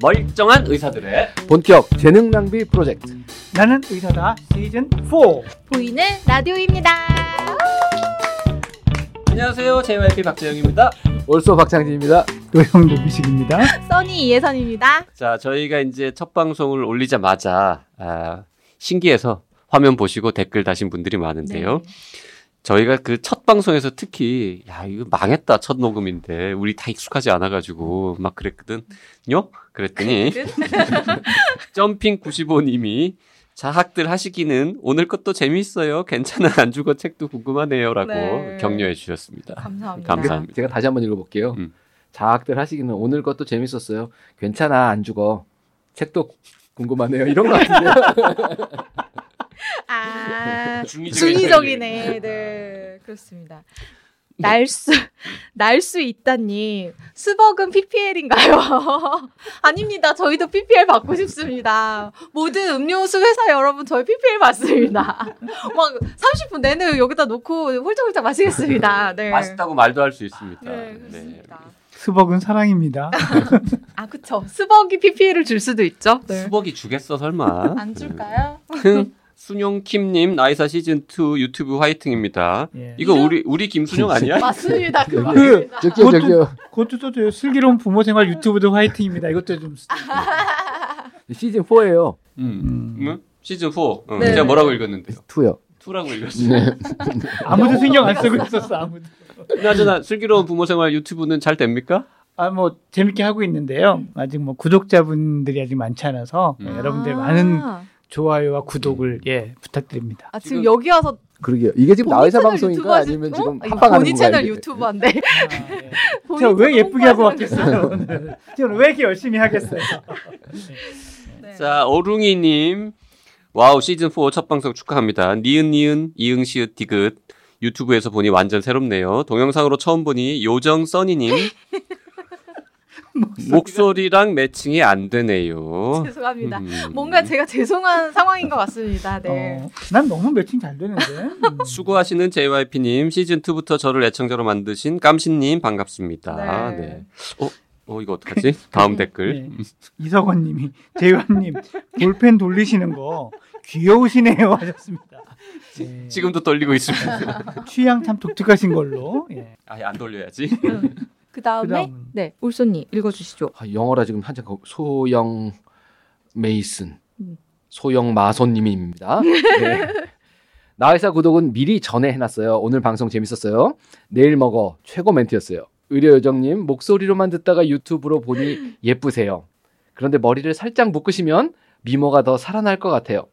멀쩡한 의사들의 본격 재능 낭비 프로젝트 나는 의사다 시즌 4 보이는 라디오입니다. 안녕하세요 JYP 박재영입니다. 올소 박창진입니다. 노형 노비식입니다. 써니 이예선입니다. 자 저희가 이제 첫 방송을 올리자마자 아, 신기해서 화면 보시고 댓글 다신 분들이 많은데요. 저희가 그 첫 방송에서 특히 야 이거 망했다 첫 녹음인데 우리 다 익숙하지 않아가지고 막 그랬거든요. 그랬더니 점핑 95님이 자학들 하시기는 오늘 것도 재미있어요. 괜찮아 안 죽어 책도 궁금하네요라고 네. 격려해 주셨습니다. 감사합니다. 감사합니다. 제가 다시 한번 읽어볼게요. 음. 자학들 하시기는 오늘 것도 재밌었어요. 괜찮아 안 죽어. 책도 궁금하네요. 이런 거 같은데요. 아, 중의적인 중의적이네. 네, 그렇습니다. 날 수, 날 수 있다님. 수벅은 PPL인가요? 아닙니다. 저희도 PPL 받고 싶습니다. 모든 음료수 회사 여러분, 저희 PPL 받습니다. 막 30분 내내 여기다 놓고 홀짝홀짝 마시겠습니다. 네. 맛있다고 말도 할 수 있습니다. 네, 네. 그렇습니다. 수벅은 사랑입니다. 아, 그쵸. 수벅이 PPL을 줄 수도 있죠. 네. 아. 수벅이 주겠어 설마? 안 줄까요? 흥 순용킴님 나이사 시즌 2 유튜브 화이팅입니다. 예. 이거 우리 우리 김순용 아니야? 맞습니다. 그 그, 맞습니다. 저기요 저기요. 그것도 또 돼요. 슬기로운 부모 생활 유튜브도 화이팅입니다. 이것도 좀 쓰- 시즌 4예요. 음. 음. 음? 시즌 4. 어, 네. 제가 뭐라고 읽었는데요? 2요. 2라고 읽었어요. 네. 아무도 신경 안 쓰고 있었어 아무도. 그나저나 슬기로운 부모 생활 유튜브는 잘 됩니까? 아 뭐 재밌게 하고 있는데요. 아직 뭐 구독자분들이 아직 많지 않아서 음. 네, 여러분들 아. 많은 좋아요와 구독을 예 부탁드립니다. 아, 지금 지금- 여기 와서 그러게요. 이게 지금 보니 나의사 채널 방송인가 유튜버 하시- 아니면 어? 지금 이거 합방하는 보니 건가? 채널 이게? 유튜버인데. 보니 제가 아, 왜 채널 예쁘게 하고 홍보하시는 왔겠어요 오늘? 제가 왜 이렇게 열심히 하겠어요? 거예요? 네. 자, 어룽이님. 와우, 시즌4 첫 방송 축하합니다. 니은, 니은, 이응, 시읒, 디귿. 유튜브에서 보니 완전 새롭네요. 동영상으로 처음 보니 요정 써니님. 목소리랑 매칭이 안 어? 되네요. 죄송합니다. 음. 뭔가 제가 죄송한 상황인 것 같습니다. 네. 어, 난 너무 매칭 잘 되는데. 음. 수고하시는 JYP님 시즌2부터 저를 애청자로 만드신 깜신님 반갑습니다. 네. 네. 어? 어 이거 어떡하지? 다음 댓글. 네. 이석원님이 재환님 볼펜 돌리시는 거 귀여우시네요 하셨습니다. 네. 예. 지금도 떨리고 있습니다. 취향 참 독특하신 걸로. 예. 아예 안 돌려야지. 그 다음에 그다음은. 네 울소님 읽어주시죠. 아, 영어라 지금 한참 거- 소영 메이슨 음. 소영 마손님입니다. 네. 나회사 구독은 미리 전에 해놨어요. 오늘 방송 재밌었어요. 내일 먹어 최고 멘트였어요. 의료 요정님 목소리로만 듣다가 유튜브로 보니 예쁘세요. 그런데 머리를 살짝 묶으시면 미모가 더 살아날 것 같아요.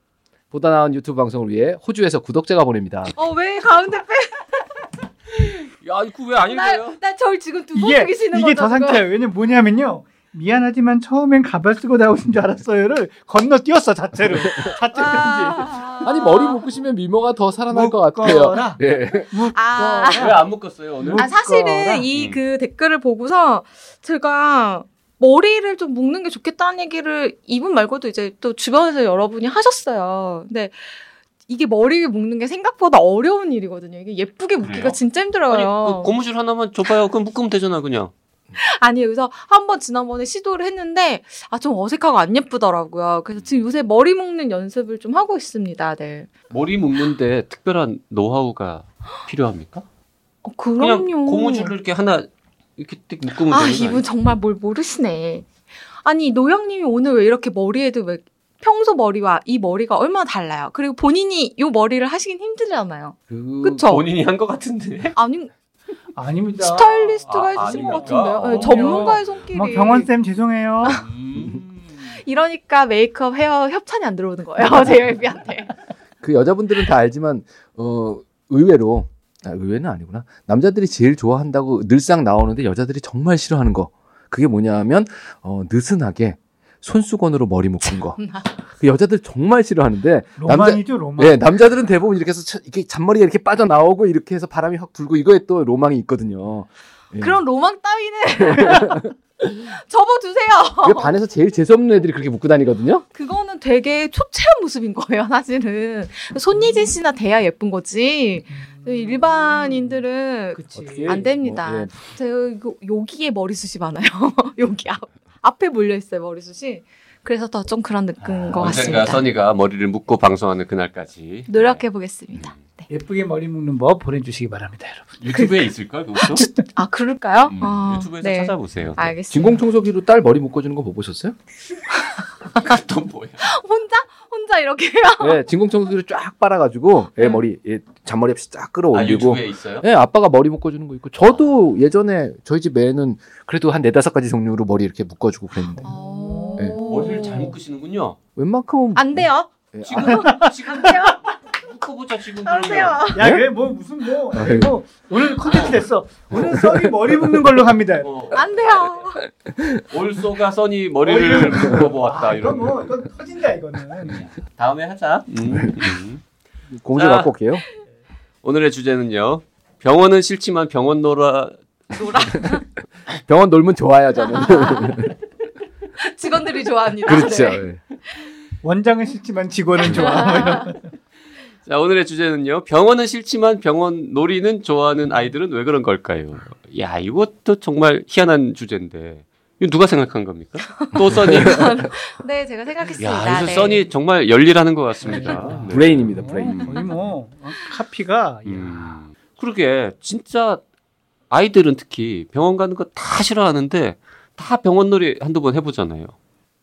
보다 나은 유튜브 방송을 위해 호주에서 구독자가 보냅니다. 어 아, 왜 가운데 빼? 야 이거 왜안 읽어요? 나나절 지금 두 번 이게 죽이시는 거죠? 이게 더 지금? 상처예요. 왜냐면 뭐냐면요. 미안하지만 처음엔 가발 쓰고 나오신 줄 알았어요를 건너뛰었어 자체로 자체 편지. 아. 아니 머리 묶으시면 미모가 더 살아날 것 같아요. 묶어라. 네. 아. 왜 안 묶었어요 오늘? 아 묶어라. 사실은 이 음. 그 댓글을 보고서 제가 머리를 좀 묶는 게 좋겠다는 얘기를 이분 말고도 이제 또 주변에서 여러분이 하셨어요. 근데 이게 머리를 묶는 게 생각보다 어려운 일이거든요. 이게 예쁘게 묶기가 그래요? 진짜 아니 그 힘들어요. 고무줄 하나만 줘봐요. 그럼 묶으면 되잖아 그냥. 아니 그래서 한번 지난번에 시도를 했는데 아 좀 어색하고 안 예쁘더라고요. 그래서 지금 요새 머리 묶는 연습을 좀 하고 있습니다. 네. 머리 묶는데 특별한 노하우가 필요합니까? 어, 그냥 그럼요. 고무줄로 이렇게 하나 이렇게 띡 묶으면 아 되는 거 이분 정말 뭘 모르시네. 아니 노영님이 오늘 왜 이렇게 머리에도 왜 평소 머리와 이 머리가 얼마나 달라요? 그리고 본인이 요 머리를 하시긴 힘들잖아요. 그- 아니에요? 그쵸? 본인이 한 것 같은데. 아니 아닙니다. 스타일리스트가 아, 해주신 것 아닙니까? 같은데요. 네, 어. 전문가의 손길이. 막뭐 병원 쌤 죄송해요. 음. 음. 이러니까 메이크업 헤어 협찬이 안 들어오는 거예요. 제이비한테. 그 여자분들은 다 알지만 어 의외로 아, 의외는 아니구나 남자들이 제일 좋아한다고 늘상 나오는데 여자들이 정말 싫어하는 거 그게 뭐냐면 어 느슨하게 손수건으로 머리 묶은 거. 그 여자들 정말 싫어하는데 로망이죠 로망. 예, 남자들은 대부분 이렇게 해서 쳐- 이렇게 잔머리가 이렇게 빠져나오고 이렇게 해서 바람이 확 불고 이거에 또 로망이 있거든요. 예. 그런 로망 따위는 접어두세요. 그 반에서 제일 재수없는 애들이 그렇게 묶고 다니거든요. 그거는 되게 초췌한 모습인 거예요. 사실은 손예진 씨나 돼야 예쁜 거지. 저희 일반인들은 그치. 안 됩니다. 뭐, 예. 제가 이거 여기에 머리숱이 많아요. 여기 앞, 앞에 몰려 있어요 머리숱이. 그래서 더 좀 그런 느낌인 언젠가 것 같습니다. 써니가 머리를 묶고 방송하는 그날까지 노력해 보겠습니다. 네. 예쁘게 머리 묶는 법 보내주시기 바랍니다, 여러분. 아, 유튜브에 있을 걸 그것도 아 그럴까요? 음, 아, 유튜브에서 네. 찾아보세요. 알겠습니다. 진공 청소기로 딸 머리 묶어주는 거 못 보셨어요? 그것도 뭐야? 아, 혼자 혼자 이렇게요. 예, 진공 청소기를 쫙 빨아가지고 예, 네. 머리 예, 잔머리 없이 쫙 아 끌어올리고. 유튜브에 있어요? 예, 아빠가 머리 묶어주는 거 있고 저도 예전에 저희 집 애는 그래도 한 네다섯 가지 종류로 머리 이렇게 묶어주고 그랬는데 네. 머리를 잘 묶으시는군요. 웬만큼은 안 돼요. 예, 지금 지금 네. 안 돼요. 묶어보자 지금 안 돼요. 그러면. 야, 예? 그래, 뭐, 무슨, 뭐. 아, 예. 네. 뭐 오늘 컨텐츠 됐어. 오늘 썩이 머리 묶는 걸로 갑니다. 어, 안 돼요. 올소가 써니 머리를 묶어보았다 아, 이건 이런. 뭐, 이건 터진다, 이거는. 다음에 하자. 음, 음. 공주 자. 갖고 올게요. 오늘의 주제는요. 병원은 싫지만 병원 놀아 노라 병원 놀면 좋아요 저는. 직원들이 좋아합니다. 그렇죠. 네. 예. 원장은 싫지만 직원은 좋아. 뭐 이런. 자, 오늘의 주제는요. 병원은 싫지만 병원 놀이는 좋아하는 아이들은 왜 그런 걸까요? 야, 이것도 정말 희한한 주제인데. 이거 누가 생각한 겁니까? 또 써니. 네, 제가 생각했습니다. 야, 그래서 네. 써니 정말 열일하는 것 같습니다. 네. 브레인입니다 어, 브레인. 거의 뭐, 어, 카피가. 음. 그러게, 진짜 아이들은 특히 병원 가는 거 다 싫어하는데 다 병원 놀이 한두 번 해보잖아요.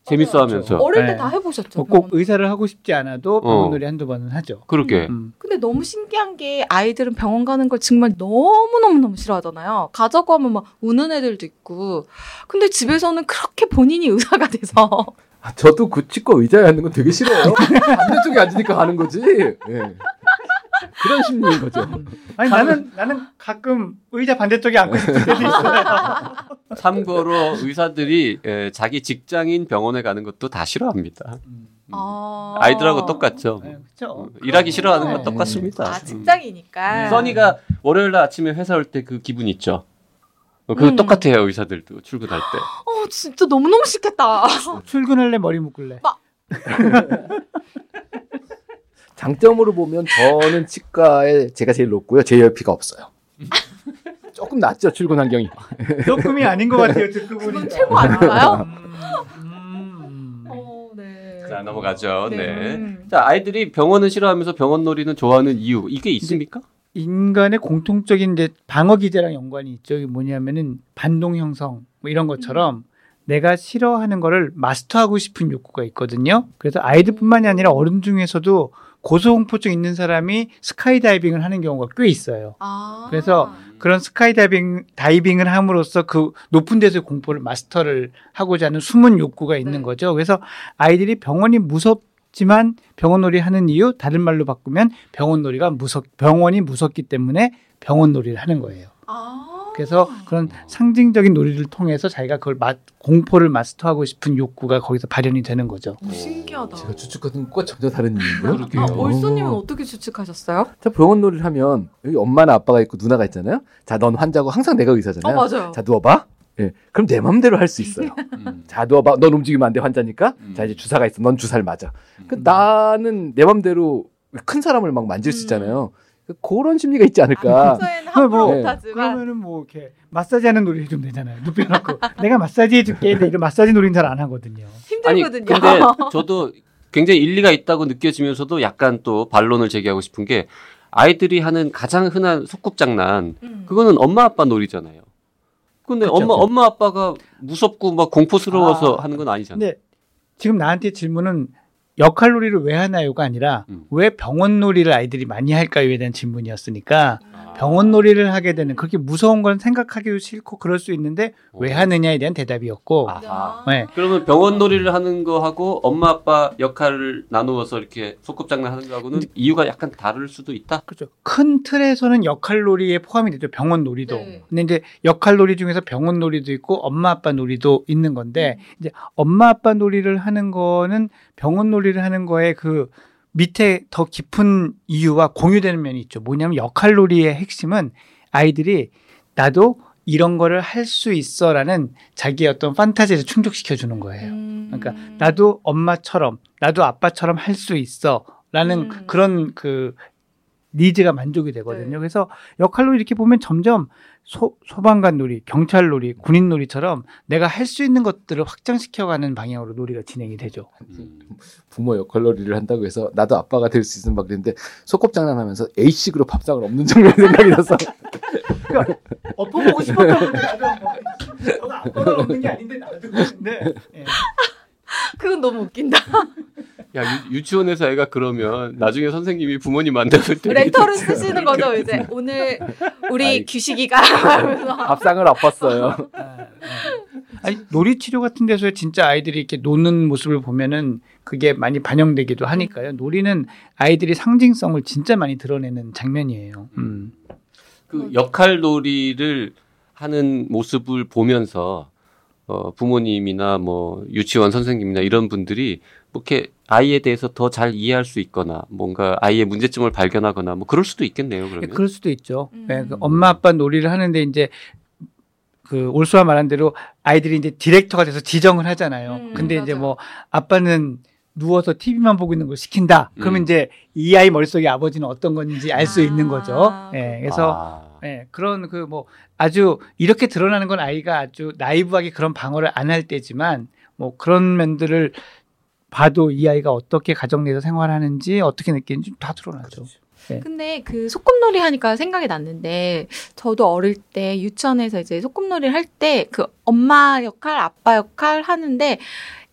재밌어 하면서. 어릴 네. 때 다 해보셨죠. 뭐꼭 병원? 의사를 하고 싶지 않아도 어. 네. 병원놀이 한두 번은 하죠. 그러게. 음. 근데 너무 신기한 게 아이들은 병원 가는 걸 정말 너무너무너무 싫어하잖아요. 가자고 하면 막 우는 애들도 있고. 근데 집에서는 그렇게 본인이 의사가 돼서 아, 저도 그 치과 의자에 앉는 건 되게 싫어요. 반대쪽에 앉으니까 가는 거지. 예. 그런 심리인 거죠. 음. 아니 나는 나는 가끔 의자 반대쪽에 앉고 싶을 때도 있어요. 참고로 의사들이 에, 자기 직장인 병원에 가는 것도 다 싫어합니다. 음. 아. 아이들하고 똑같죠. 음. 음, 네, 그렇죠. 일하기 싫어하는 건 네. 똑같습니다. 아, 직장이니까. 어, 음. 써니가 월요일 날 아침에 회사 올 때 그 기분 있죠. 어, 그거 음. 똑같아요 의사들도 출근할 때. 어, 진짜 너무너무 싫겠다. 출근할래 머리 묶을래. 장점으로 보면 저는 치과에 제가 제일 높고요. 제 열피가 없어요. 조금 낫죠 출근 환경이. 조금이 아닌 것 같아요 듣고 보니까. 그건 최고 아닌가요? 음, 음. 어, 네. 자 넘어가죠. 네. 음. 자 아이들이 병원은 싫어하면서 병원 놀이는 좋아하는 이유 이게 있습니까? 인간의 공통적인 이제 방어 기제랑 연관이 있죠. 이게 뭐냐면은 반동 형성 뭐 이런 것처럼 내가 싫어하는 거를 마스터하고 싶은 욕구가 있거든요. 그래서 아이들뿐만이 아니라 어른 중에서도 고소공포증 있는 사람이 스카이다이빙을 하는 경우가 꽤 있어요. 아. 그래서 그런 스카이다이빙 다이빙을 함으로써 그 높은 데서의 공포를 마스터를 하고자 하는 숨은 욕구가 있는 네. 거죠. 그래서 아이들이 병원이 무섭지만 병원놀이 하는 이유 다른 말로 바꾸면 병원놀이가 무섭 병원이 무섭기 때문에 병원놀이를 하는 거예요. 아. 그래서 그런 상징적인 놀이를 통해서 자기가 그걸 마- 공포를 마스터하고 싶은 욕구가 거기서 발현이 되는 거죠. 오, 신기하다. 제가 추측하던 것과 전혀 다른 이유고요. 그러게요. 어. 아, 올소님은 어떻게 추측하셨어요? 자 병원 놀이를 하면 여기 엄마나 아빠가 있고 누나가 있잖아요. 자 넌 환자고 항상 내가 의사잖아요. 어, 맞아요. 네. 자 누워봐. 예, 그럼 내 마음대로 할 수 있어요. 음. 자 누워봐. 넌 움직이면 안 돼 환자니까. 음. 자 이제 주사가 있어. 넌 주사를 맞아. 그 음. 나는 내 마음대로 큰 사람을 막 만질 수 음. 아, 있잖아요. 그 그런 심리가 있지 않을까. 평소에는 함부로 뭐, 못하지만 그러면은 뭐 이렇게 마사지하는 놀이 좀 되잖아요. 눕혀놓고 내가 마사지해줄게. 근데 이런 마사지 놀이는 잘 안 하거든요. 아니 힘들거든요. 근데 저도 굉장히 일리가 있다고 느껴지면서도 약간 또 반론을 제기하고 싶은 게 아이들이 하는 가장 흔한 소꿉장난 음. 그거는 엄마 아빠 놀이잖아요. 근데 그쵸. 엄마 엄마 아빠가 무섭고 막 공포스러워서 아. 하는 건 그렇죠. 아니잖아요. 네. 근데 지금 나한테 질문은 역할놀이를 왜 하나요가 아니라 음. 왜 병원놀이를 아이들이 많이 할까요에 대한 질문이었으니까 아. 병원놀이를 하게 되는 그렇게 무서운 건 생각하기도 싫고 그럴 수 있는데 왜 하느냐에 대한 대답이었고 어. 아. 야. 네. 그러면 병원 놀이를 하는 거하고 엄마 아빠 역할을 나누어서 이렇게 소꿉장난 하는 거하고는 이유가 약간 다를 수도 있다. 그렇죠. 큰 틀에서는 역할놀이에 포함이 되죠 병원놀이도 네. 근데 이제 역할놀이 중에서 병원놀이도 있고 엄마 아빠 놀이도 있는 건데 이제 엄마 아빠 놀이를 하는 거는 병원 놀이를 하는 거에 그 밑에 더 깊은 이유와 공유되는 면이 있죠. 뭐냐면 역할 놀이의 핵심은 아이들이 나도 이런 거를 할 수 있어라는 자기의 어떤 판타지를 충족시켜 주는 거예요. 음. 그러니까 나도 엄마처럼 나도 아빠처럼 할 수 있어라는 그, 음. 그런 그 니즈가 만족이 되거든요. 네. 그래서 역할로 이렇게 보면 점점 소, 소방관 놀이, 경찰 놀이, 군인 놀이처럼 내가 할 수 있는 것들을 확장시켜가는 방향으로 놀이가 진행이 되죠. 부모 역할놀이를 한다고 해서 나도 아빠가 될 수 있으면 막 그랬는데 소꿉장난하면서 A식으로 밥상을 없는 정도의 생각이 나서 엎어보고 싶었던 건데 나도 뭐, 저는 아빠가 없는 게 아닌데 나도 근데 예. 그건 너무 웃긴다. 야 유, 치원에서 애가 그러면 나중에 선생님이 부모님 만났을 때 렌터를 그렇죠. 쓰시는 거죠 이제 오늘 우리 아이. 규식이가 하면서 밥상을 엎었어요. 아, 예. 아니 놀이 치료 같은 데서 진짜 아이들이 이렇게 노는 모습을 보면은 그게 많이 반영되기도 하니까요. 놀이는 아이들이 상징성을 진짜 많이 드러내는 장면이에요. 음. 그 역할 놀이를 하는 모습을 보면서 어, 부모님이나 뭐 유치원 선생님이나 이런 분들이 뭐 이렇게 아이에 대해서 더 잘 이해할 수 있거나 뭔가 아이의 문제점을 발견하거나 뭐 그럴 수도 있겠네요. 예, 그러면 그럴 수도 있죠. 음. 예, 그 엄마 아빠 놀이를 하는데 이제 그 올수와 말한 대로 아이들이 이제 디렉터가 돼서 지정을 하잖아요. 음, 근데 이제 맞아요. 뭐 아빠는 누워서 TV만 보고 있는 걸 시킨다. 그러면 음. 이제 이 아이 머릿속에 아버지는 어떤 건지 알 수 아, 있는 거죠. 예, 그래서 아, 예, 그런 그 뭐 아주 이렇게 드러나는 건 아이가 아주 나이브하게 그런 방어를 안 할 때지만 뭐 그런 면들을 봐도 이 아이가 어떻게 가정 내에서 생활하는지 어떻게 느끼는지 다 드러나죠. 근데 그 소꿉놀이 하니까 생각이 났는데 저도 어릴 때 유치원에서 이제 소꿉놀이를 할 때 그 엄마 역할, 아빠 역할 하는데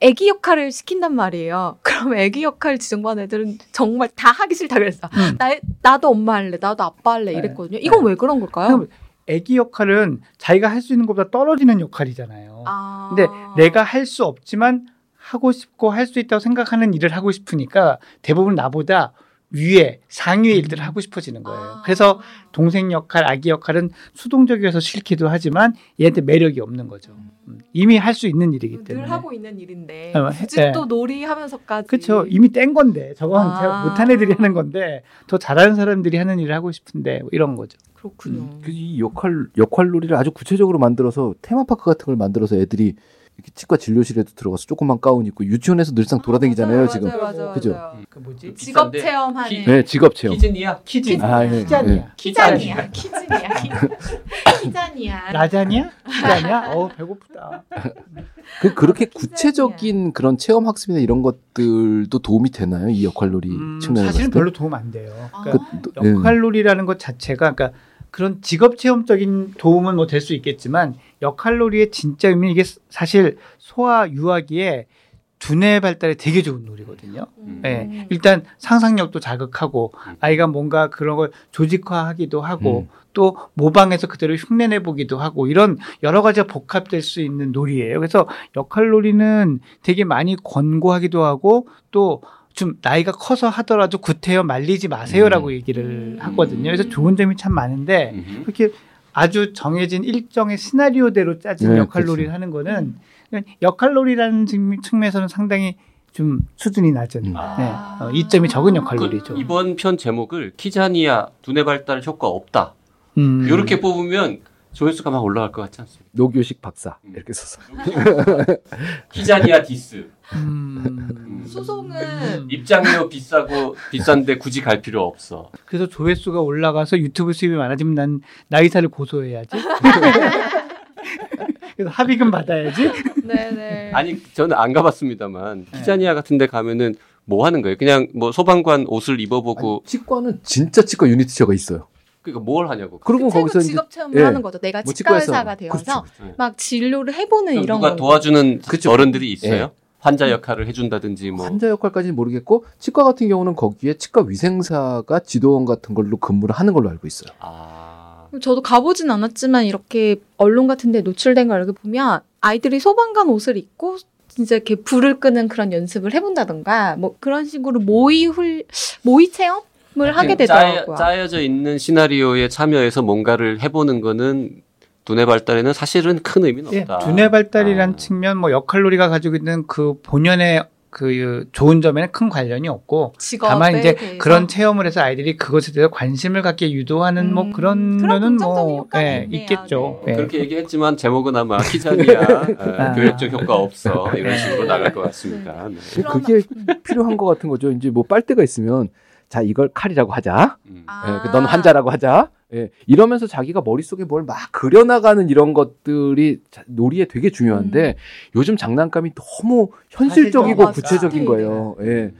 애기 역할을 시킨단 말이에요. 그럼 애기 역할 지정반 애들은 정말 다 하기 싫다 그랬어. 음. 나 나도 엄마 할래, 나도 아빠 할래 네. 이랬거든요. 이건 왜 그런 걸까요? 그럼 애기 역할은 자기가 할 수 있는 것보다 떨어지는 역할이잖아요. 아. 근데 네, 내가 할 수 없지만 하고 싶고 할 수 있다고 생각하는 일을 하고 싶으니까 대부분 나보다 위에 상위의 일들을 하고 싶어지는 거예요. 아. 그래서 동생 역할, 아기 역할은 수동적이어서 싫기도 하지만 얘한테 매력이 없는 거죠. 음, 이미 할 수 있는 일이기 때문에. 늘 하고 있는 일인데 어, 해- 굳이 네. 또 놀이하면서까지 그렇죠. 이미 뗀 건데 저건 아. 제가 못한 애들이 하는 건데 더 잘하는 사람들이 하는 일을 하고 싶은데 뭐 이런 거죠. 그렇군요. 음, 이 역할 역할놀이를 아주 구체적으로 만들어서 테마파크 같은 걸 만들어서 애들이 이렇게 치과 진료실에도 들어가서 조그만 가운 입고 유치원에서 늘상 돌아다니잖아요 맞아요, 지금. 맞아요, 맞아요. 그죠? 맞아요. 음, 그 뭐지? 직업 음, 비싼데. 체험하는 네 직업 체험. 키즈니야 키즈 키즈. 아, 예, 예. 키자니야. 키잔이야, 키즈니야, 키잔이야. 라자냐? 키자냐? 어 배고프다. 그 그렇게 키즈니야. 구체적인 그런 체험 학습이나 이런 것들도 도움이 되나요 이 역할놀이 음, 측면에서? 사실은 봤을 별로 도움 안 돼요. 아. 그러니까 때? 또- 예. 역할놀이라는 것 자체가 그러니까 그런 직업 체험적인 도움은 뭐 될 수 있겠지만 역할놀이의 진짜 의미는 이게 사실 소아 유아기에 두뇌 발달에 되게 좋은 놀이거든요. 음. 예. 일단 상상력도 자극하고 아이가 뭔가 그런 걸 조직화하기도 하고 음. 또 모방해서 그대로 흉내내 보기도 하고 이런 여러 가지가 복합될 수 있는 놀이예요. 그래서 역할놀이는 되게 많이 권고하기도 하고 또 좀 나이가 커서 하더라도 구태여 말리지 마세요라고 음. 얘기를 음. 하거든요. 그래서 좋은 점이 참 많은데 음흠. 그렇게 아주 정해진 일정의 시나리오대로 짜진 네, 역할놀이를 그치. 하는 거는 그냥 역할놀이라는 측면- 측면에서는 상당히 좀 수준이 낮은 음. 네, 어, 이점이 적은 역할놀이죠. 그- 이번 편 제목을 키자니야 두뇌 발달 효과 없다 음. 이렇게 뽑으면 조회수가 막 올라갈 것 같지 않습니까? 노교식 박사 음. 이렇게 써서 키자니야 디스 음. 소송은 입장료 비싸고 비싼데 굳이 갈 필요 없어. 그래서 조회수가 올라가서 유튜브 수입이 많아지면 난 나이사를 고소해야지. 그래서 합의금 받아야지. 네네. 아니 저는 안 가봤습니다만 네. 키자니아 같은데 가면은 뭐 하는 거예요? 그냥 뭐 소방관 옷을 입어보고 치과는 진짜 치과 유니티처가 있어요. 그러니까 뭘 하냐고. 그리고 최고 거기서 이제 직업 체험을 예. 하는 거죠. 내가 뭐 치과 치과에서 의사가 그렇죠, 되어서 그렇죠. 막 진료를 해보는 그럼 이런 누가 거. 도와주는 그쵸. 어른들이 있어요? 예. 환자 역할을 해준다든지 뭐. 환자 역할까지는 모르겠고 치과 같은 경우는 거기에 치과 위생사가 지도원 같은 걸로 근무를 하는 걸로 알고 있어요. 아 저도 가보진 않았지만 이렇게 언론 같은데 노출된 걸 이렇게 보면 아이들이 소방관 옷을 입고 진짜 이렇게 불을 끄는 그런 연습을 해본다던가 뭐 그런 식으로 모의 훌 모의 체험을 아, 네. 하게 되더라고요. 짜여, 져 있는 시나리오에 참여해서 뭔가를 해보는 거는 두뇌 발달에는 사실은 큰 의미는 예, 없다. 두뇌 발달이란 아. 측면, 뭐 역할놀이가 가지고 있는 그 본연의 그 좋은 점에는 큰 관련이 없고 직업에 다만 이제 대해서. 그런 체험을 해서 아이들이 그것에 대해서 관심을 갖게 유도하는 뭐 음, 그런 그런 면은 긍정적인 뭐 효과는 예, 있네요. 있겠죠. 네. 예. 그렇게 얘기했지만 제목은 아마 키자니아 아. 어, 교육적 효과 없어 이런 식으로 나갈 것 같습니다. 네. 그러면- 그게 필요한 것 같은 거죠. 이제 뭐 빨대가 있으면 자 이걸 칼이라고 하자. 음. 아. 예, 그넌 환자라고 하자. 예, 이러면서 자기가 머릿속에 뭘 막 그려나가는 이런 것들이 자- 놀이에 되게 중요한데 요즘 장난감이 음. 너무 현실적이고 맞아. 구체적인 거예요. 음.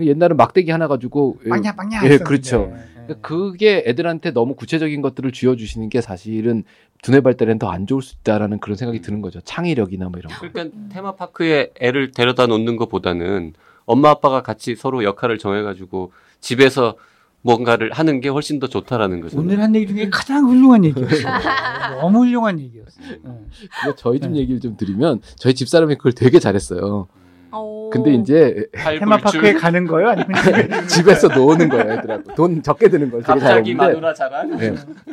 예. 옛날은 막대기 하나 가지고 예, 빵야 빵야. 예, 했었는데. 그렇죠. 예. 그게 애들한테 너무 구체적인 것들을 쥐어주시는 게 사실은 두뇌 발달에는 더 안 좋을 수 있다라는 그런 생각이 드는 거죠. 창의력이나 뭐 이런 거. 그러니까 테마파크에 애를 데려다 놓는 것보다는 엄마 아빠가 같이 서로 역할을 정해가지고 집에서 뭔가를 하는 게 훨씬 더 좋다라는 거죠. 오늘 한 얘기 중에 가장 훌륭한 얘기였어요. 너무 훌륭한 얘기였어요. 예. 근데 저희 집 네. 얘기를 좀 드리면 저희 집 사람이 그걸 되게 잘했어요. 오. 근데 이제 테마파크에 뭐 가는 거예요? 아니면 집에서 노는 거예요, 애들하고. 돈 적게 드는 걸 되게 갑자기 잘했는데. 마누라 자랑. 예.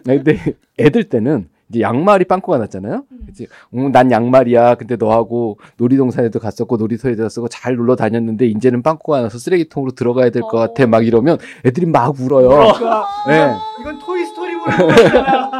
아니, 근데 애들 때는 이제 양말이 빵꾸가 났잖아요. 음. 그치? 음, 난 양말이야. 근데 너하고 놀이동산에도 갔었고 놀이터에도 갔었고 잘 놀러 다녔는데 이제는 빵꾸가 나서 쓰레기통으로 들어가야 될 것 어. 같아. 막 이러면 애들이 막 울어요. 그러니까 예. 이건 토이스토리물이잖아.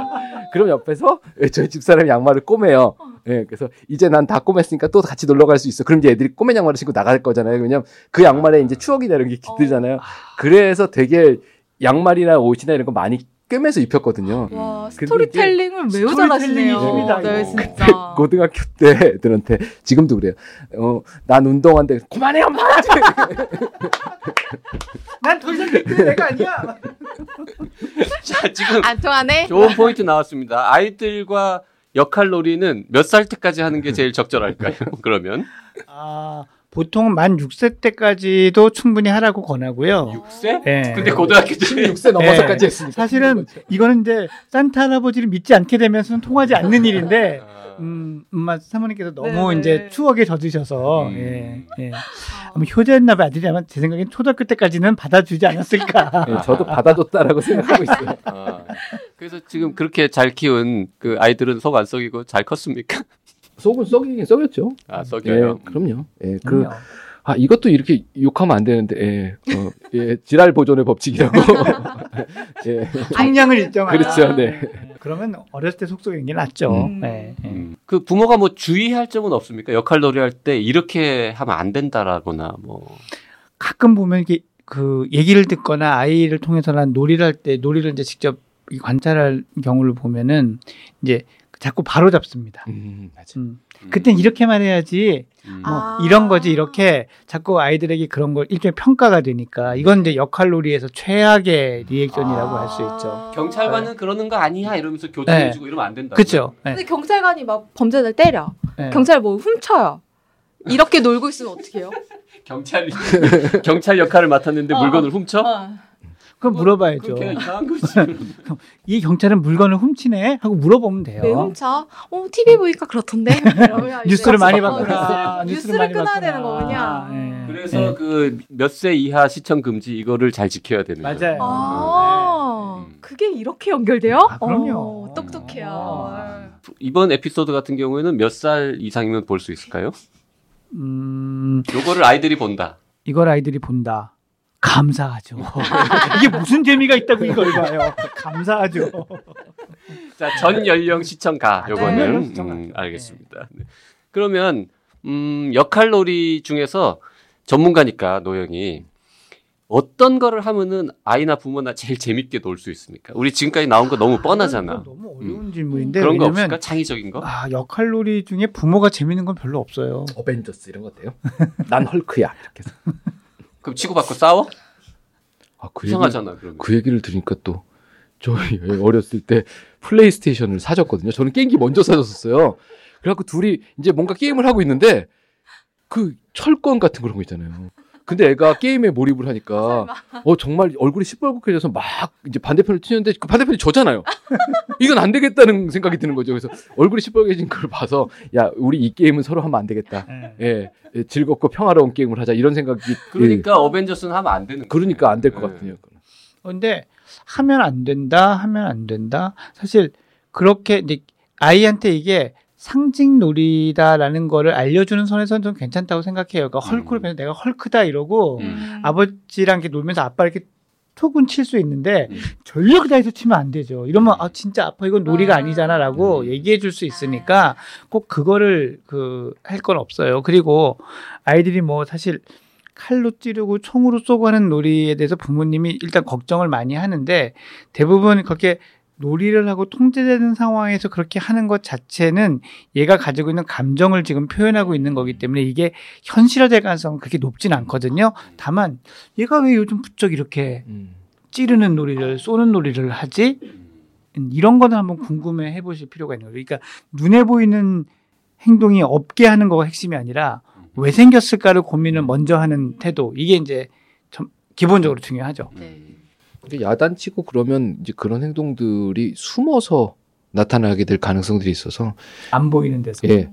그럼 옆에서 예, 저희 집사람이 양말을 꼬매요. 예, 그래서 이제 난 다 꼬맸으니까 또 같이 놀러 갈 수 있어. 그럼 이제 애들이 꼬맨 양말을 신고 나갈 거잖아요. 왜냐면 그 양말에 이제 추억이나 이런 게 깃들잖아요. 그래서 되게 양말이나 옷이나 이런 거 많이 꿰매서 입혔거든요. 와 근데 스토리텔링을 매우 스토리텔링이 잘하시네요. 힘이다, 네, 이거. 그 진짜. 고등학교 때 애들한테 지금도 그래요. 어, 난 운동한데 그만해 엄마. 난더 이상 그 애가 아니야. 자 지금 아, 안 통하네. 좋은 포인트 나왔습니다. 아이들과 역할 놀이는 몇 살 때까지 하는 게 제일 적절할까요? 그러면 아, 보통 만 6세 때까지도 충분히 하라고 권하고요. 6세? 예. 근데 고등학교 때 16세 넘어서까지 했으니까. 사실은 이거는 이제 산타 할아버지를 믿지 않게 되면서는 통하지 않는 일인데 음, 엄마 사모님께서 너무 네네. 이제 추억에 젖으셔서 음. 예, 예. 아. 아마 효자였나봐 아들이 아마 제 생각엔 초등학교 때까지는 받아주지 않았을까. 예, 저도 받아줬다라고 생각하고 있어요. 아, 그래서 지금 그렇게 잘 키운 그 아이들은 속 안 썩이고 잘 컸습니까? 속은 썩이긴 썩였죠. 아 예, 썩여요. 네, 그럼요. 예, 그 음. 아, 이것도 이렇게 욕하면 안 되는데, 예, 어, 예, 지랄 보존의 법칙이라고. 예, 그 총량을 일정하다. 그렇죠, 아. 네. 아, 그러면 어렸을 때 속속인 게 낫죠. 음. 예, 예. 음. 그 부모가 뭐 주의할 점은 없습니까? 역할 놀이할 때 이렇게 하면 안 된다라거나 뭐. 가끔 보면 이게 그 얘기를 듣거나 아이를 통해서 난 놀이를 할 때 놀이를 이제 직접 이 관찰할 경우를 보면은 이제 자꾸 바로 잡습니다. 음, 맞아. 음. 그땐 이렇게만 해야지 음. 뭐 아. 이런 거지 이렇게 자꾸 아이들에게 그런 걸 일종의 평가가 되니까 이건 이제 역할 놀이에서 최악의 리액션이라고 아. 할 수 있죠. 경찰관은 그러는 거 아니야 이러면서 교정해주고 이러면 안 아. 된다. 네. 그렇죠. 예, 네. 근데 경찰관이 막 범죄자를 때려. 예. 경찰 뭐 훔쳐요. 이렇게 놀고 있으면 어떡해요? 경찰 경찰 역할을 맡았는데 어. 물건을 훔쳐? 어. 그건 물어봐야죠. 그럼 걔가 이상한 거지. 이 경찰은 물건을 훔치네 하고 물어보면 돼요. 왜 훔쳐? 어, TV 보니까 그렇던데. 이러면 이제 뉴스를 많이 어, 봤구나. 아, 뉴스- 뉴스를 많이 끊어야 봤구나. 되는 거군요. 네. 아, 예. 그래서 그 몇 세 이하 시청 금지 이거를 잘 지켜야 되는 음. 거예요. 맞아요. 아, 네. 음. 그게 이렇게 연결돼요? 아, 그럼요. 어, 똑똑해요. 아. 네. 이번 에피소드 같은 경우에는 몇 살 이상이면 볼 수 있을까요? 음, 요거를 아이들이 본다. 이걸 아이들이 본다. 감사하죠. 이게 무슨 재미가 있다고 이걸 봐요. 감사하죠. 자, 전 연령 시청가 아, 전 요거는 연령 음, 시청 맞죠. 알겠습니다. 네. 그러면 음, 역할놀이 중에서 전문가니까 노영이 어떤 거를 하면은 아이나 부모나 제일 재밌게 놀 수 있습니까? 우리 지금까지 나온 거 너무 이건 뻔하잖아. 음. 너무 어려운 질문인데 그런 거 네, 왜냐면 없을까? 창의적인 거? 아, 역할놀이 중에 부모가 재밌는 건 별로 없어요. 어벤져스 이런 거 어때요? 난 헐크야. 이렇게 해서. 그럼 치고받고 싸워? 아, 그 이상하잖아, 그러면. 그 얘기를 들으니까 또, 저희 어렸을 때 플레이스테이션을 사줬거든요. 저는 게임기 먼저 사줬었어요. 그래갖고 둘이 이제 뭔가 게임을 하고 있는데, 그 철권 같은 그런 거 있잖아요. 근데 애가 게임에 몰입을 하니까, 어, 정말 얼굴이 시뻘겋해져서 막 이제 반대편을 튀는데, 그 반대편이 저잖아요. 이건 안 되겠다는 생각이 드는 거죠. 그래서 얼굴이 시뻘개진 걸 봐서, 야, 우리 이 게임은 서로 하면 안 되겠다. 예. 예, 예, 즐겁고 평화로운 게임을 하자. 이런 생각이. 그러니까 어벤져스는 하면 안 되는 예, 거예요. 그러니까 안 될 것 네. 같아요. 근데 하면 안 된다, 하면 안 된다. 사실 그렇게 이제 아이한테 이게 상징 놀이다라는 거를 알려주는 선에서는 좀 괜찮다고 생각해요. 그러니까 헐크를 음. 보면 내가 헐크다 이러고 음. 아버지랑 이렇게 놀면서 아빠 이렇게 톡은 칠 수 있는데 음. 전력 다해서 치면 안 되죠. 이러면 아 진짜 아파 이건 놀이가 아. 아니잖아라고 음. 얘기해 줄 수 있으니까 꼭 그거를 그 할 건 없어요. 그리고 아이들이 뭐 사실 칼로 찌르고 총으로 쏘고 하는 놀이에 대해서 부모님이 일단 걱정을 많이 하는데 대부분 그렇게 놀이를 하고 통제되는 상황에서 그렇게 하는 것 자체는 얘가 가지고 있는 감정을 지금 표현하고 있는 거기 때문에 이게 현실화될 가능성은 그렇게 높진 않거든요. 다만 얘가 왜 요즘 부쩍 이렇게 음. 찌르는 놀이를 쏘는 놀이를 하지? 음, 이런 거는 한번 궁금해 해보실 필요가 있는 거죠. 그러니까 눈에 보이는 행동이 없게 하는 거가 핵심이 아니라 음, 왜 생겼을까를 고민을 먼저 하는 태도 이게 이제 좀 기본적으로 음. 중요하죠. 네. 근데 야단치고 그러면 이제 그런 행동들이 숨어서 나타나게 될 가능성들이 있어서 안 보이는 데서. 예.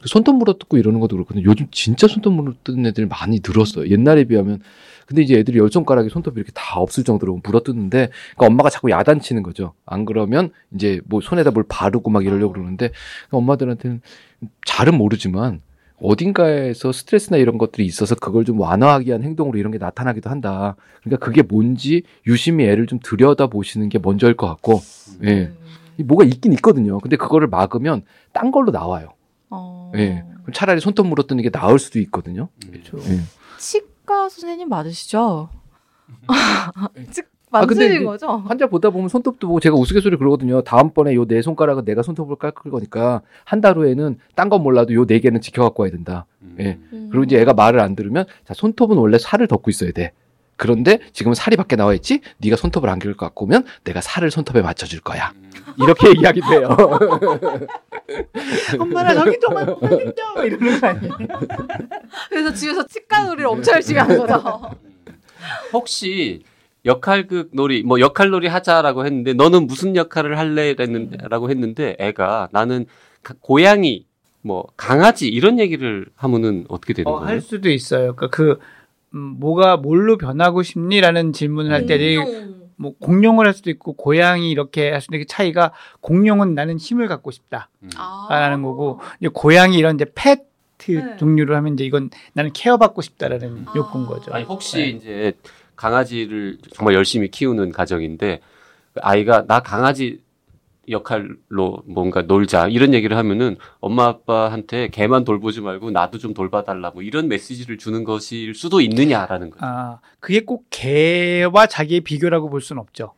그 손톱 물어뜯고 이러는 것도 그렇거든요. 요즘 진짜 손톱 물어뜯는 애들이 많이 늘었어요. 옛날에 비하면. 근데 이제 애들이 열 손가락에 손톱이 이렇게 다 없을 정도로 물어뜯는데, 그러니까 엄마가 자꾸 야단치는 거죠. 안 그러면 이제 뭐 손에다 뭘 바르고 막 이러려고 그러는데, 그러니까 엄마들한테는 잘은 모르지만, 어딘가에서 스트레스나 이런 것들이 있어서 그걸 좀 완화하기 위한 행동으로 이런 게 나타나기도 한다. 그러니까 그게 뭔지 유심히 애를 좀 들여다 보시는 게 먼저일 것 같고, 예. 음. 뭐가 있긴 있거든요. 근데 그거를 막으면 딴 걸로 나와요. 어. 예. 그럼 차라리 손톱 물어뜯는 게 나을 수도 있거든요. 음, 그렇죠. 치과 선생님 맞으시죠? 예. 즉 아, 근데 맞으신 이제- 거죠? 환자 보다 보면 손톱도 보고 제가 우스갯소리 그러거든요. 다음번에 요 네 손가락은 내가 손톱을 깎을 거니까 한 달 후에는 딴 건 몰라도 요 네 개는 지켜갖고 와야 된다. 음. 예. 그리고 음. 이제 애가 말을 안 들으면 자 손톱은 원래 살을 덮고 있어야 돼. 그런데 지금 은 살이 밖에 나와 있지? 네가 손톱을 안 길고 갖고 오면 내가 살을 손톱에 맞춰줄 거야. 이렇게 얘기하기도 해요. 엄마나 저기 좀 봐, 엄마 좀 봐, 이러는 거 아니에요? 그래서 집에서 치과 놀이를 엄청 열심히 음. 한 거죠. 혹시 역할극 놀이 뭐 역할 놀이 하자라고 했는데 너는 무슨 역할을 할래라고 했는데 애가 나는 가- 고양이 뭐 강아지 이런 얘기를 하면은 어떻게 되는 어, 거예요? 할 수도 있어요. 그러니까 그 음, 뭐가 뭘로 변하고 싶니라는 질문을 할 때, 공룡. 뭐 공룡을 할 수도 있고 고양이 이렇게 할 수도 있는 차이가 공룡은 나는 힘을 갖고 싶다. 음. 아. 라는 거고. 이제 고양이 이런 이제 펫 네. 종류로 하면 이제 이건 나는 케어받고 싶다라는 아. 욕구인 거죠. 아니 혹시 네. 이제 강아지를 정말 열심히 키우는 가정인데 그 아이가 나 강아지 역할로 뭔가 놀자 이런 얘기를 하면은 엄마 아빠한테 걔만 돌보지 말고 나도 좀 돌봐달라 뭐 이런 메시지를 주는 것일 수도 있느냐라는 거예요. 아, 그게 꼭 개와 자기의 비교라고 볼 수는 없죠.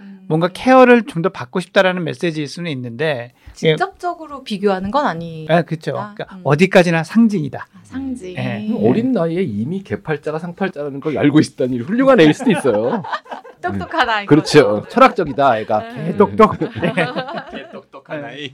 음. 뭔가 케어를 좀 더 받고 싶다라는 메시지일 수는 있는데, 직접적으로 비교하는 건 아니. 아, 그렇죠. 아, 그러니까 음. 어디까지나 상징이다. 아, 상징. 네. 어린 나이에 이미 개팔자가 상팔자라는 걸 알고 있다니 훌륭한 애일 수도 있어요. 똑똑한 아이. 그렇죠. 철학적이다 애가. 네. 똑똑. 똑똑한 네.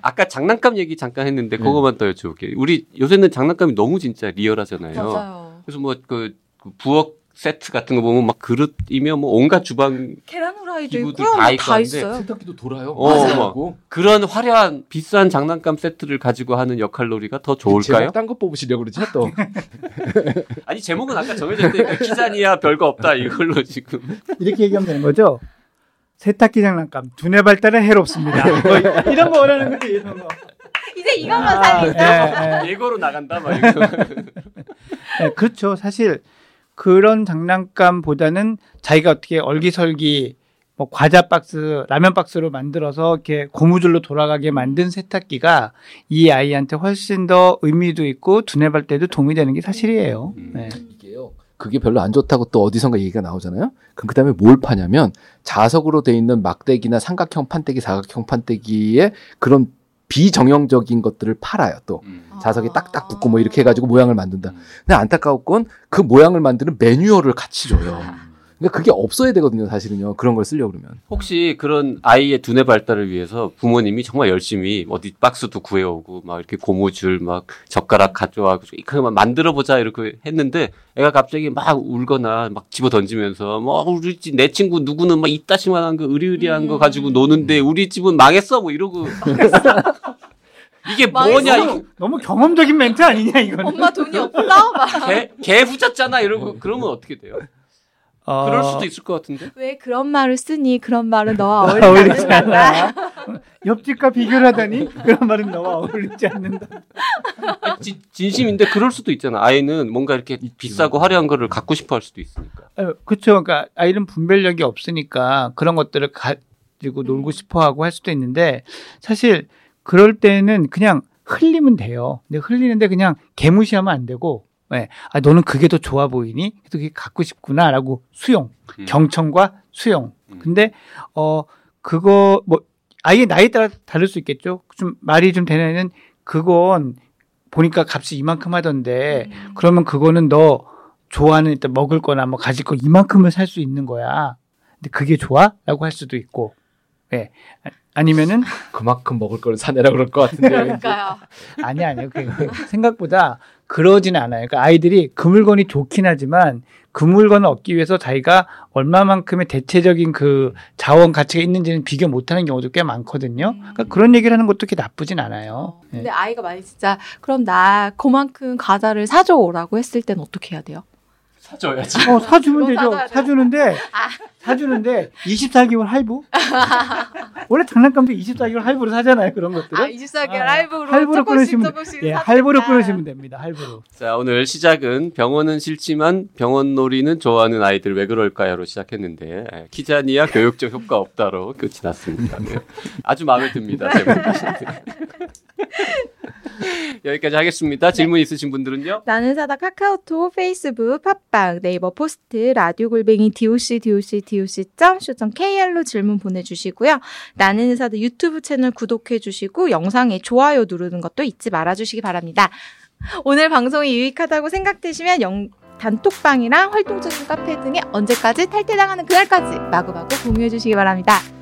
아까 장난감 얘기 잠깐 했는데 네. 그거만 더 여쭤볼게요. 우리 요새는 장난감이 너무 진짜 네. 리얼하잖아요. 맞아요. 그래서 뭐 그 부엌 세트 같은 거 보면 막 그릇이며 뭐 온갖 주방 계란 후라이도 있고 기구들 다, 다 다 있고 있어요. 세탁기도 돌아요. 어, 어머. 그런 화려한 비싼 장난감 세트를 가지고 하는 역할놀이가 더 좋을까요? 딴거 뽑으시려고 그러지 또. 아니 제목은 아까 정해졌으니까 키자니야 별거 없다 이걸로 지금 이렇게 얘기하면 되는 거죠. 세탁기 장난감 두뇌 발달에 해롭습니다. 뭐 이- 이런 거 원하는 거지 이런 거. 이제 아, 이것만 살리. 네. 예, 예. 예고로 나간다 막 이거. 네, 그렇죠. 사실 그런 장난감보다는 자기가 어떻게 얼기설기 뭐 과자 박스, 라면 박스로 만들어서 이렇게 고무줄로 돌아가게 만든 세탁기가 이 아이한테 훨씬 더 의미도 있고 두뇌 발달에도 도움이 되는 게 사실이에요. 네. 이게요. 그게 별로 안 좋다고 또 어디선가 얘기가 나오잖아요. 그럼 그다음에 뭘 파냐면 자석으로 돼 있는 막대기나 삼각형 판때기, 사각형 판때기에 그런 비정형적인 것들을 팔아요. 또 음. 자석이 딱딱 붙고 뭐 이렇게 해가지고 모양을 만든다. 근데 안타까운 건 그 모양을 만드는 매뉴얼을 같이 줘요. 아. 그러니까 그게 없어야 되거든요, 사실은요. 그런 걸 쓰려고 그러면. 혹시 그런 아이의 두뇌 발달을 위해서 부모님이 정말 열심히 어디 박스도 구해오고 막 이렇게 고무줄 막 젓가락 가져와고 그만 만들어 보자 이렇게 했는데 애가 갑자기 막 울거나 막 집어 던지면서 뭐 우리 집 내 친구 누구는 막 이따시만한 거 의리의리한 거 음. 가지고 노는데 우리 집은 망했어 뭐 이러고 이게 뭐냐 망했어. 이거 너무, 너무 경험적인 멘트 아니냐 이거는. 엄마 돈이 없어? 막. 개, 개 후졌잖아 이러고 그러면 어떻게 돼요? 어, 그럴 수도 있을 것 같은데. 왜 그런 말을 쓰니? 그런 말은 네. 너와 어울리지 어울리지 않는다. 않아. 옆집과 비교를 하다니 그런 말은 너와 어울리지 않는다. 아니, 진, 진심인데 그럴 수도 있잖아. 아이는 뭔가 이렇게 비싸고 화려한 거를 갖고 싶어 할 수도 있으니까. 그렇죠. 그러니까 아이는 분별력이 없으니까 그런 것들을 음. 가지고 놀고 싶어하고 할 수도 있는데 사실 그럴 때는 그냥 흘리면 돼요. 근데 흘리는데 그냥 개무시하면 안 되고 예. 아, 너는 그게 더 좋아 보이니? 그래서 그게 갖고 싶구나라고 수용. 음. 경청과 수용. 음. 근데 어 그거 뭐 아예 나이에 따라 다를 수 있겠죠. 좀 말이 좀 되는 애는 그건 보니까 값이 이만큼 하던데 음. 그러면 그거는 너 좋아하는 일단 먹을 거나 뭐 가질 거 이만큼을 살 수 있는 거야. 근데 그게 좋아? 라고 할 수도 있고. 예. 아- 아니면은 그만큼 먹을 걸 사내라 그럴 것 같은데. 그러니까요. 아니 아니요. 그- 생각보다 그러진 않아요. 그러니까 아이들이 그 물건이 좋긴 하지만 그 물건을 얻기 위해서 자기가 얼마만큼의 대체적인 그 자원 가치가 있는지는 비교 못하는 경우도 꽤 많거든요. 그러니까 그런 얘기를 하는 것도 그렇게 나쁘진 않아요. 예. 근데 아이가 만약 진짜 그럼 나 그만큼 과자를 사줘 오라고 했을 땐 어떻게 해야 돼요? 사줘야지. 어, 사주면 그건 되죠. 사줘야 돼요. 사주는데, 아. 사주는데, 24개월 할부? 원래 장난감도 24개월 할부로 사잖아요, 그런 아, 것들은. 24개월 아, 할부로, 할부로 조금씩 끊으시면 조금씩 예, 샀겠다. 할부로 끊으시면 됩니다, 할부로. 자, 오늘 시작은 병원은 싫지만 병원 놀이는 좋아하는 아이들 왜 그럴까요로 시작했는데 예, 키자니아 교육적 효과 없다로 끝이 났습니다. 네. 아주 마음에 듭니다. 제목이. 여기까지 하겠습니다. 질문 있으신 분들은요? 나는 사다 카카오톡, 페이스북, 팟빵, 네이버 포스트, 라디오 골뱅이 doc doc doc 점 c o kr로 질문 보내주시고요. 나는 사다 유튜브 채널 구독해주시고 영상에 좋아요 누르는 것도 잊지 말아주시기 바랍니다. 오늘 방송이 유익하다고 생각되시면 영- 단톡방이랑 활동적인 카페 등에 언제까지 탈퇴당하는 그날까지 마구마구 공유해주시기 바랍니다.